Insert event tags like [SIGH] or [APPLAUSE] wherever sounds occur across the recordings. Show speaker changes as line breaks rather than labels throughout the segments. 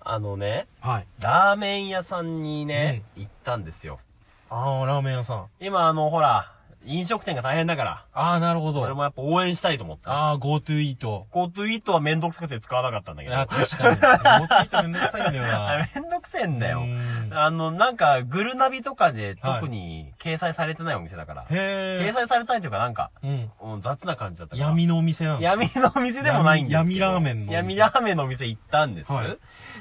あのね、
はい。
ラーメン屋さんにね、行ったんですよ。
ああ、ラーメン屋さん。
今あの、ほら、飲食店が大変だから、
ああ、なるほど。
俺もやっぱ応援したいと思った。
ああ、GoTo イート。
GoTo イートはめんどくさくて使わなかったんだけど
あ。確かに。GoTo イートめんどくさいんだよ
あ [LAUGHS]
な。
めんどくせえんだよ
う。ん
あの、なんか、グルナビとかで
はい
特に掲載されてないお店だから。掲
へ
載されたいというかなんか、
え。うん。
うん雑な感じだったから。
闇のお店なんだ。
闇のお店でもないんですけど。
闇闇ラーメンのお店
闇ラーメンのお店行ったんです。
はい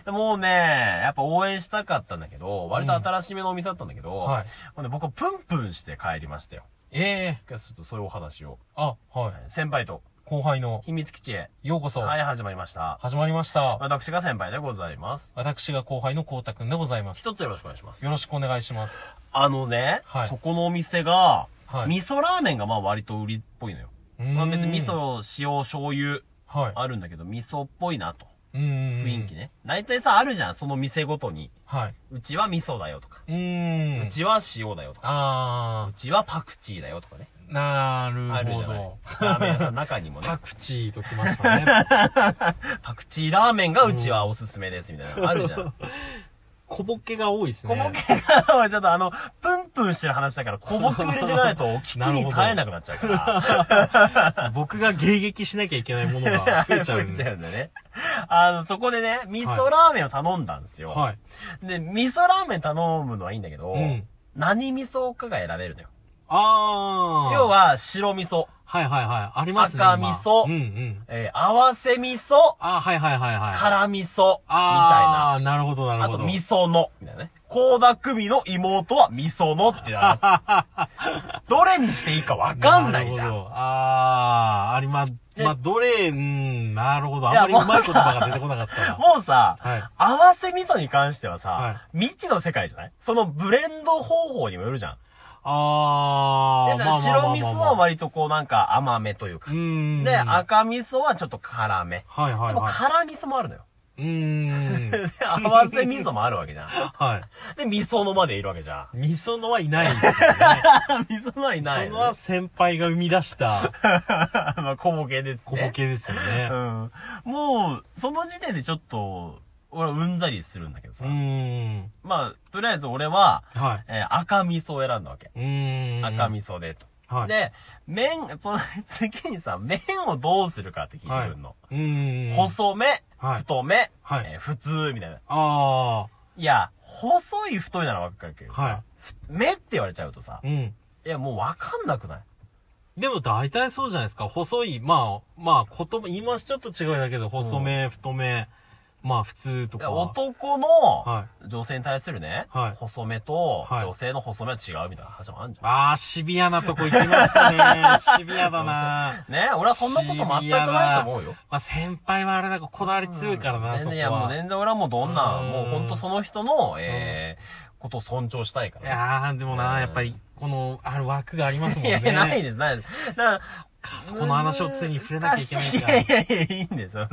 もうね、やっぱ応援したかったんだけど、割と新しめのお店だったんだけど、
はい
もうね僕はプンプンして帰りましたよ。
ええ。
今日はちょっとそういうお話を。
あ、はい。
先輩と
後輩の、
秘密基地へ。
ようこそ、
はい、始まりました。
始まりました。
私が先輩でございます。
私が後輩のこうたくんでございます。
一つよろしくお願いします
よ。ろしくお願いします。
あのね、
はい
そこのお店が、
はい
味噌ラーメンがまあ割と売りっぽいのよ。ま
ま
あ別に味。噌、塩、醤油
はい。
あるんだけど、味噌っぽいなと。
うんうんうん
雰囲気。ね。大体さ、あるじゃん、その店ごとに。
はい。
うちは味噌だよとか、
うーん。
うちは塩だよとか、
あ
うちはパクチーだよとかね。
ー、な
あ
る
るじ
ほ
ゃない
ど。。
ラーメン屋さんの中にもね
パ、クチーときました
[LAUGHS]
ね。
パクチーラーメンがうちはおすすめですみたいなのあるじ [LAUGHS] ゃん。
小ボケが多いです
小
ね。
ボケが、ちょっとあの、プンプンしてる話だから、小ボケ入れてないと、聞きに耐えなくなっちゃうから。
僕が迎撃しなきゃいけないもの
[LAUGHS]
が増えちゃうん
ちゃ
で。
うんだね。あの、そこでね、味噌ラーメンを頼んだんですよ。
はい。
で、味噌ラーメン頼むのはいいんだけど、
うん
何味噌かが選べるのよ。
あー。
要、は、白味噌、
はいはいはい。ありますね。
赤
今
味噌
うんうん。
えー合わせ味噌、
あー、はいはいはいはい。
辛味噌、みたいな。
あー、なるほどなる
あ
ほ
と、
ど。
味噌の、みたいなね。高田組の妹は味噌のってな。
[LAUGHS]
どれにしていいかわかんないじゃ
る
ん。
ほどあー、ありま、まあ、どれ、うん、なるほど。あんまり
いやもう
うまい言葉が出てこなかった
[LAUGHS]
な。
もうさ、
はい
合わせ味噌に関してはさ、
はい
未知の世界じゃないそのブレンド方法にもよるじゃん。
あ
で
ー、
だ
ま
から
あまあまあまあ
白味噌は割とこうなんか甘めというか
う。ーん。
で、赤味噌はちょっと辛め。
はいはい
でも
はい。
辛味噌もあるのよ。
うーん。
で合わせ味噌もあるわけじゃん。 [LAUGHS]
はい。
で、味噌のまでいるわけじ
[LAUGHS]
ゃん。
味噌のはいない。そ
味噌のはいない
の
の
は
ね。
先輩が生み出した
まあ、小ボケです
小
ね。
ボケですよね
[LAUGHS] う。ん。もう、その時点でちょっと、俺はうんざりするんだけど
う
さ。
ーん。
まあ、とりあえず俺は、
はい。
えー赤味噌を選んだわけ。
うーん。
赤味噌でと。
はい。
で、麺、その次にさ、麺をどうするかって聞いてくるの。
うーん。。
細め、
はい
太め、
はい
えー普通、みたいな。
あ
いや、細い太いならわかるけど
ー。
さ、
は
目って言われちゃうとさ
い。、うん。
いや、もうわかんなくない
でも大体そうじゃないですか。細い、まあ、まあ、言葉、言い回しちょっと違いだけど、細め、太め、まあ、普通と
いや
か。
男
は
の女性に対するね、
はい
細めと
はい
女性の細めは違うみたいな話もあるじゃん。
あー、シビアなとこ行きまし
[LAUGHS]
たね。シビアだな。
ね俺はそんなこと全くないと思うよ。
まあ、先輩はあれだ、こだわり強いからな、
全
そ
然、
こは。
いや、もう全然俺はもうどんな、
うん
もうほんとその人の、えー、ことを尊重したいか
い
らね。
やー、でも
う
な、
ん
やっぱり、この、ある枠がありますもん
い
ね。
やいや、ないです、ないです。だから、
そこの話を常に触れなきゃいけない
いやいやいや、いいんですよ。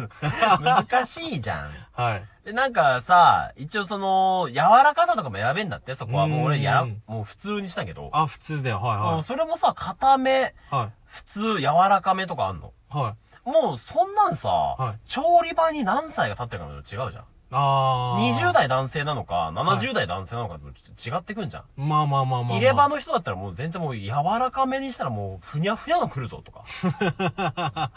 難しいじゃん。
はい。
で、なんかさ、一応その、柔らかさとかも選べんだって、そこは。もう俺やら
うん、
もう普通にしたけど。
あ、普通だよ。はい
うん
は
それもさ、硬め、
い。はい。
普通、柔らかめとかあんの
はい。
もう、そんなんさ、
はい
調理場に何歳が経ってるかによって違うじゃん。
あー。
20代男性なのか、70代男性なのかによって違ってくんじゃん。
まあまあまあまあまあ。
入れ歯の人だったらもう全然もう柔らかめにしたらもうふにゃふにゃの来るぞと
[LAUGHS]
か。
あ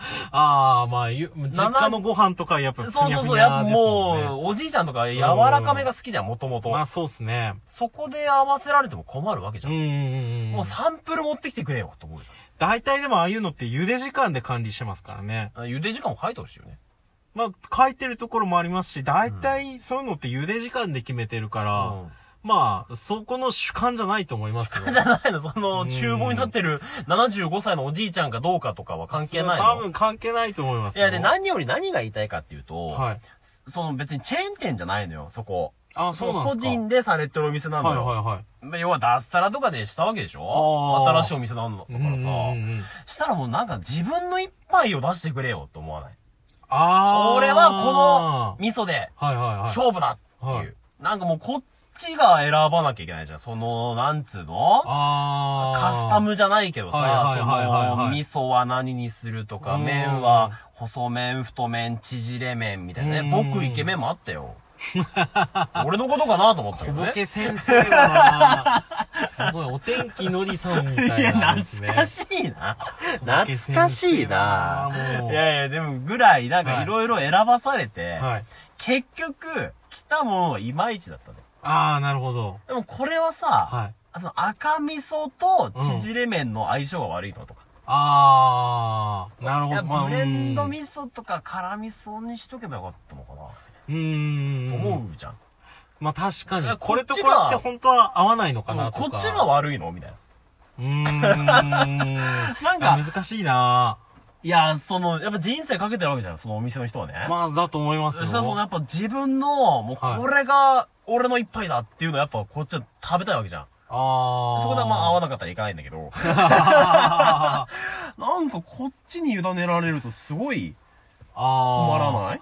あ、まあ、ゆ実家のご飯とかやっぱふに
そう
ゃ
そうそ
ふに
う、やっぱ
ゃですもんね。
もうおじいちゃんとか柔らかめが好きじゃん、もともと
ま。あそうっすね。
そこで合わせられても困るわけじ
う
ゃ
ん
ん。
うんうんう
も
ん
う。サンプル持ってきてくれよと思うじ
大体でもああいうのって茹で時間で管理してますからね。
ゃん。茹で時間を書いてほしいよね。
まあ書いてるところもありますし、大体そういうのって茹で時間で決めてるから、
うん [LAUGHS]
まあ、そこの主観じゃないと思いますよ。
じゃないの、その、厨房に立ってる75歳のおじいちゃんかどうかとかは関係ない
多
の。
分関係ないと思います
い
よ。
や、で、何より何が言いたいかっていうと、
はい。
その別にチェーン店じゃないのよ、そこ。
あ、そうなんです
個
か。
人でされてるお店なの
はい
よ。
はいはい。
まあ要は脱サラとかでしたわけでし
あ
ょ
ー
新しいお店なんだからさ。
うんうんうん
したらもうなんか自分の一杯を出してくれよと思わない。
あー
俺はこの味噌で
はいはいはい。
勝負だっていう。
はい
なんかもうこっちが選ばなきゃいけないじゃん。その、なんつうの
あー
カスタムじゃないけど
はい
さ、
はい
そ
はいはい
の、
はい
味噌は何にするとか、
うん
麺は細麺、太麺、縮れ麺みたいな
う
ね。
ん
僕イケメンもあったよ。俺のことかなと思ったけ
小
ど
ボ
ね。
ケ先生はな、すごい、お天気のりさんみたいな、
いや、懐かしいな。懐かしいな。
もう
いやいや、でも、ぐらい、なん
は
か
い
いろいろ選ばされて、
はい。
結局、来たものがいまいちだったね。
ああ、なるほど。
でも、これはさ、
はい。
その赤味噌と縮れ麺の相性が悪いのとか。
ああ、なる
い
ほ
や、
ど。
ブレンド
うん
味噌とか辛味噌にしとけばよかったのかな。
うーん。
思うじゃん。
まあ確か
い
に
や。
これと
こっ
こ
ち
れ
が
って本当は合わないのかなと
こ
か。
っちが悪いのみたいな。
うーん。なん
か
難しいない
や、その、やっぱ人生かけてるわけじゃん、そのお店の人はね。
まあ、だと思います
そ
よ。
したらそのやっぱ自分の、もう
はい
これが俺の一杯だっていうのはやっぱこっちは食べたいわけじゃん。
ああ。
そこではまあ合わ
な
なかったらいかないんだけ
[LAUGHS]
ど、
あ
なんかこっちに委ねられるとすごい
あ。。
困らない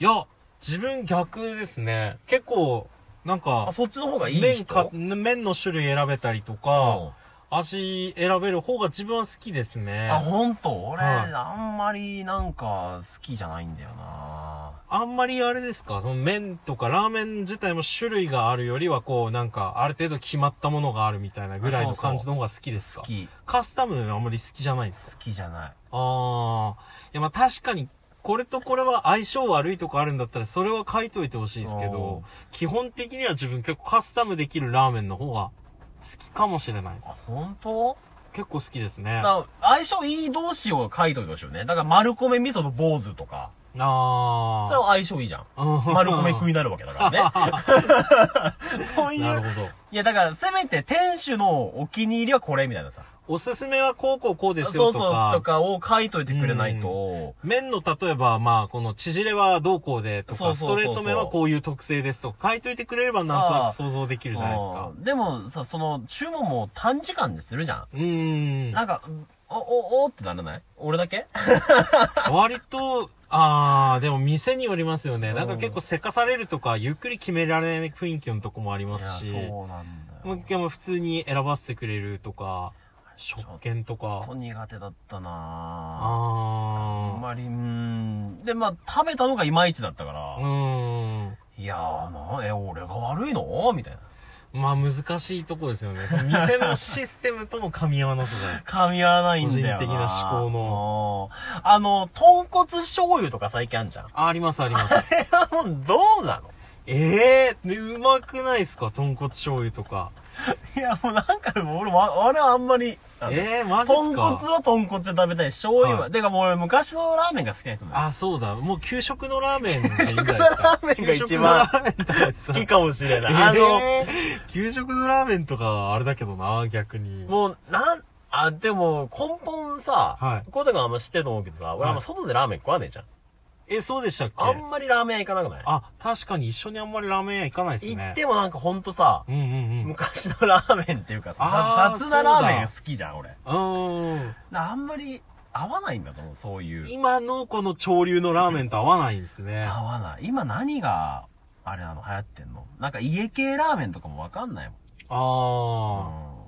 い
いや、自分逆ですね。結構、なん
あ
か、
そっちの方がいい
麺
人
か、麺の種類選べたりと
う
か、
ん
味選べる方が自分は好きですね。
あ、ほんと俺、
はい
あんまりなんか好きじゃないんだよな
あんまりあれですかその麺とかラーメン自体も種類があるよりはこうなんかある程度決まったものがあるみたいなぐらい
そ
の
うそう
感じの方が好きですか
好き。
カスタムのあんまり好きじゃないんです
好きじゃない。
ああ。いやまあ確かにこれとこれは相性悪いとかあるんだったらそれは書いといてほしいですけ
お
ど
ー、
基本的には自分結構カスタムできるラーメンの方が好きかもしれないで
あ
す。、
ほんと
結構好きですね。
だ
あ
から相性いい同士を書いといてほしいよね。だから丸米味噌の坊主とか、それ
あ
は相性いいじゃん。
[LAUGHS] ー。
丸米食い
い。
になるわけだからね。 [LAUGHS] そうい
なる
う。
ほど。
いや、だから、せめて店主のお気に入りはこれみたいなさ。
おすすめはこうこうこうです
そ
よ
う
と
そう、とかを書いといてくれないと。
麺の例えば、まあ、この縮れはどうこうでと
そ
か、
う
ス
そ
ト
うそうそう
レート麺はこういう特性ですとか、書いといてくれればなんとな
あ
く
あ
想像できるじゃないですか
う。んでもさ、その、注文も短時間でするじゃ
うー
ん。 [LAUGHS]
ん
な。んか、お、お、おってならない俺だけ
割と、あー、でも店によりますよね。なんか結構せかされるとか、ゆっくり決められない雰囲気のとこもありますし、
そうなんだ
もう
よ。
でも普通に選ばせてくれるとか、食券と
ちょっと
か、
苦手だったなぁ。あん
あ
まり、うーん。で、まあ、食べたのがいまいちだったから
ー、う、ーん。
いやーな、え、俺が悪いのみたいな。
まあ難しいとこですよね。その店のシステムとの噛み合わなさじゃないですか。
噛み合わないんだよな。
個人的な思考の
うん。あの、豚骨醤油とか最近あんじゃん。
あ、あります [LAUGHS] あります。
え、もうどうなの
ええー、でうまくないですか豚骨醤油とか。
いや、もうなんか、俺も、あれはあんまり、あの
ええー、マジっす
豚骨
か
は豚骨で食べたい。醤油は、
はい
てかもう俺昔のラーメンが好きな人な [LAUGHS] の
あ、そうだ。もう給食のラーメンでいいんじゃないです
[LAUGHS] 給食の
か
ラ。ーメンが一番
[LAUGHS] 給食のラーメンださ
好きかもしれない。あの、
えー給食のラーメンとか、あれだけどな、逆に。
もう、なん、あ、でも、根本さ、
はい
コウタ君あんま知ってると思うけどさ、俺あんま外でラーメン食わねえじゃん。
え、そうでしたっけ
あんまりラーメン屋行かなくない
あ、確かに一緒にあんまりラーメン屋行かないです
行
ね。
ってもなんかほんとさ、
うんうんうん。う
昔のラーメンっていうかさ、
あー
ざ雑なラーメンが好きじゃん、俺。
ーん。
なあんまり合わないんだと思う、そういう。
今のこの潮流のラーメンと合わないんですね。
合わない。今何が、あれなの流行ってんのなんか家系ラーメンとかもわかんないもん。う
ああ。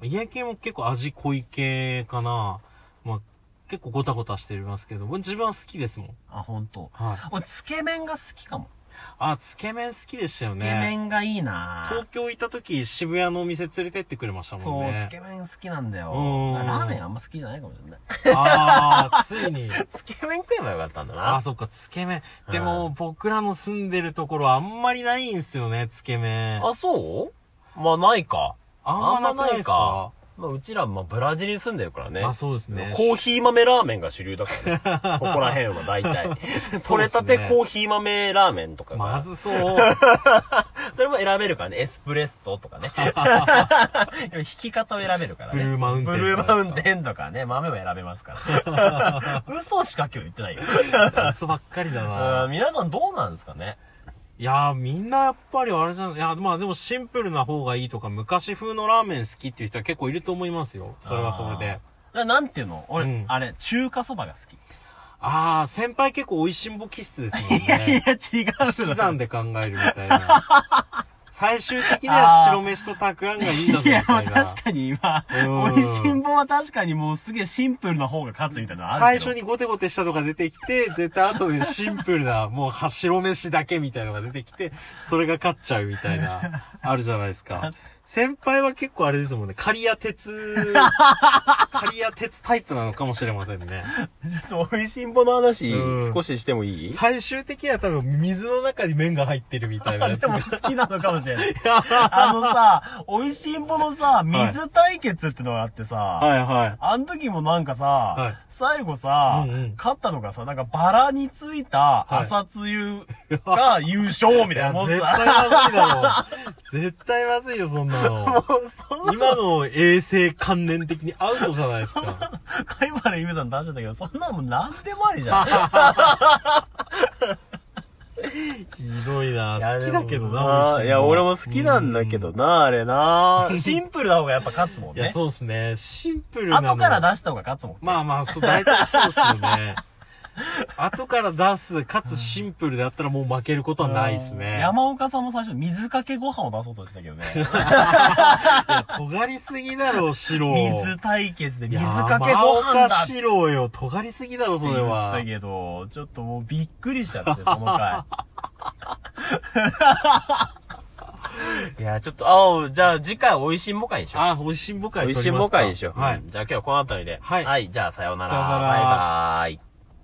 家系も結構味濃い系かな。まあ、結構ごたごたしてますけど、自分は好きですもん。
あ、ほんと。
はい。
俺、つけ麺が好きかも。
あ、つけ麺好きでし
つ
た
け
よね。
麺がいいなぁ
東京行った時、渋谷のお店連れてってくれましたもん
そう、
ね。
つけ麺好きなんだよ。
うん
ラーメンあんま好きじゃないかもしれない。
ああ、つ
[LAUGHS]
いに。
つけ麺食えばよかったんだ
あ
な
ー、。そっか、つけ麺。でも、僕らの住んでるところあんまりないんすよね、つけ麺。
あ、そうまあ、ないか。
あんまなくないですか
まあ、うちら、まあ、ブラジルに住んでるからね。
まあそうですね。
コーヒー豆ラーメンが主流だから
[LAUGHS]
ね。ここら辺は大体。取れたてコーヒー豆ラーメンとかが。
まずそう。
[LAUGHS] それも選べるからね。エスプレッソとか
[LAUGHS]
ね。弾き方を選べるからね。
ブルーマウンテンとか
ブルーマウンテンとかね。豆も選べます
[LAUGHS]
から。嘘しか今日言ってないよ。
嘘ばっかりだな
うん。皆さんどうなんですかね
いやー、みんなやっぱりあれじゃん。いや、まあでもシンプルな方がいいとか、昔風のラーメン好きっていう人は結構いると思いますよ。それはそれで。。
あーななんていうの俺、
うん
あれ、中華そばが好き。
あー、先
[LAUGHS]
輩結構美味しんぼ気質ですもんね。
や、違う [LAUGHS]
刻んで考えるみたいな。最終的には白飯とたくあんがいいんだぞ
い
みた
や
い、
まあ
な。
確かに今、
うん
美味しんぼは確かにもうすげえシンプルな方が勝つみたいなのあ
最
るけど。
初にゴテゴテしたのが出てきて、絶対後でシンプ
[LAUGHS]
ルな、もうは白飯だけみたいなのが出てきて、それが勝っちゃうみたいな、あるじゃないですか。先輩は結構あれですもんね、刈谷鉄、刈谷鉄タイプなのかもしれませんね。
ちょっと美味しんぼの話、
うん
少ししてもいい
最終的には多分水の中に麺が入ってるみたいなやつ
[LAUGHS] でも
が。
好きなのかもしれ
[LAUGHS]
ない。あのさ、美味しんぼのさ、水対決ってのがあってさ、
はいはい。
あの時もなんかさ、
はい
最後さ、
うんうん
勝ったのがさ、なんかバラについた
い
朝露が優勝み
い
たいな
や、
もん
絶対
さ、 [LAUGHS]
まずいだろ。絶対まずいよ、そんなの。今の衛生観念的にアウトじゃないですか。
貝原優さん出しちゃったけど、そんなのもん何でもありじゃん。
ひどいな。 [LAUGHS] 好きだけどな、美味しんぼ
いや、俺も好きなんだけどな、あれな。
シンプルな方がやっぱ勝つもん
いや、
ね。
そうですね。シンプルなの。
後から出した方が勝つもんね。
まあまあ、そう、大体そうですよね。 [LAUGHS] 後から出す、かつシンプルであったらもう負けることはないですね。
山岡さんも最初水かけご飯を出そうとしてたけど
[LAUGHS]
ね。
尖りすぎだろ、白。
水対決で
い
水
や
かけご
山
飯
岡
だって
白よ、尖りすぎだろ、そ
言
れ
っ
は
てた。けど、ちょっともうびっくりしちゃ
[LAUGHS]
って、その回。 [LAUGHS]
いや、ちょっと、あお、じゃあ次回美味しんぼ会にしよ
あ、美味しんぼ
う。
会
美
取
味しん
ります
ぼ
か
会にしよう。
はい
うん。じゃあ今日はこの辺りで。
はい
はい、じゃあさようなら。
さようなら
バイバーイ。